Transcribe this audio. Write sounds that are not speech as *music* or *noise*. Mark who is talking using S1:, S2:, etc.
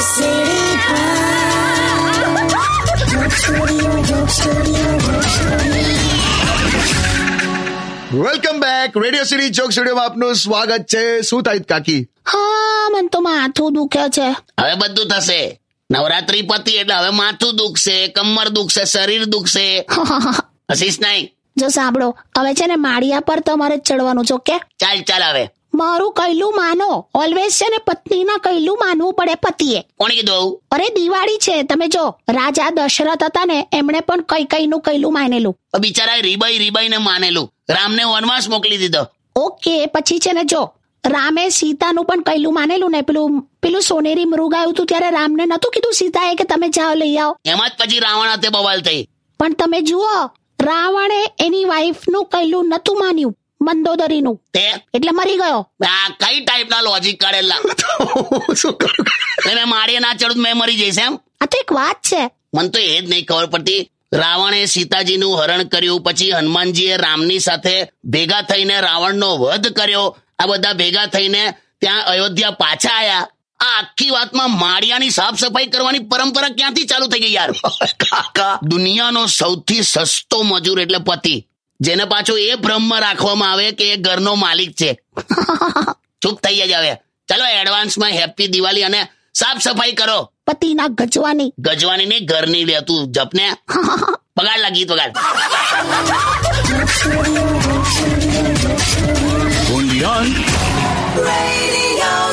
S1: સીડી
S2: welcome back radio city joke studio આપનું સ્વાગત છે શું તાહિત કાકી
S3: હા મને તો માથું દુખે છે *laughs*
S4: હવે બધું થશે નવરાત્રી પતી એટલે હવે માથું દુખશે કમર દુખશે શરીર દુખશે હસીશ નહીં
S3: જો સાંભળો હવે છે ને માળિયા પર તમારે જ ચડવાનું છે ઓકે
S4: ચાલ ચાલ હવે
S3: મારું કહેલું માનો ઓલવેઝ છે ને પત્નીના કહેલું માનવું પડે પતિએ
S4: કોણે કીધું આવું
S3: અરે દિવાળી છે તમે જો રાજા દશરથ હતા ને એમણે પણ કઈ કઈનું કહેલું માનેલું
S4: આ બિચારાએ રીબાઈ રીબાઈને માનેલું રામને વનવાસ મોકલી દીધો
S3: ઓકે પછી છે ને જો રામે સીતાનું પણ કહેલું માનેલું ને પેલું પેલું સોનેરી મૃગ આવ્યું હતું ત્યારે રામને નતું કીધું સીતાએ કે તમે જાઓ લઈ આવો
S4: એમાં જ પછી રાવણ હાથે બવાલ થઈ
S3: પણ તમે જુઓ રાવણે એની વાઈફનું કહેલું નતું માન્યું મંદોદરીનું
S4: તે
S3: એટલે મરી ગયો
S4: આ કઈ ટાઈપના લોજિક કાઢેલા
S2: *laughs* શું કરું
S4: એને મારીએ ના ચડું તો મેં મરી જઈશ એમ
S3: આ તો એક વાત છે
S4: મને તો એ જ નહીં ખબર પડતી રાવણે સીતાજીનું હરણ કર્યું પછી હનુમાનજીએ રામની સાથે ભેગા થઈને રાવણનો વધ કર્યો આ બધા ભેગા થઈને ત્યાં અયોધ્યા પાછા આયા આ આખી વાતમાં માળિયાની સાફ સફાઈ કરવાની પરંપરા ક્યાંથી ચાલુ થઈ ગઈ યાર કાકા દુનિયાનો સૌથી સસ્તો મજૂર એટલે પતિ જેને પાછો એ ભ્રમમાં રાખવામાં આવે કે એ ઘરનો માલિક છે ચૂપ થઈ જ આવે ચાલો એડવાન્સમાં હેપી દિવાળી અને સાફ સફાઈ કરો
S3: પતિના ગજવાની
S4: ગજવાની ને ઘરની લે તું જપને પગાર લાગી પગાર
S1: Radio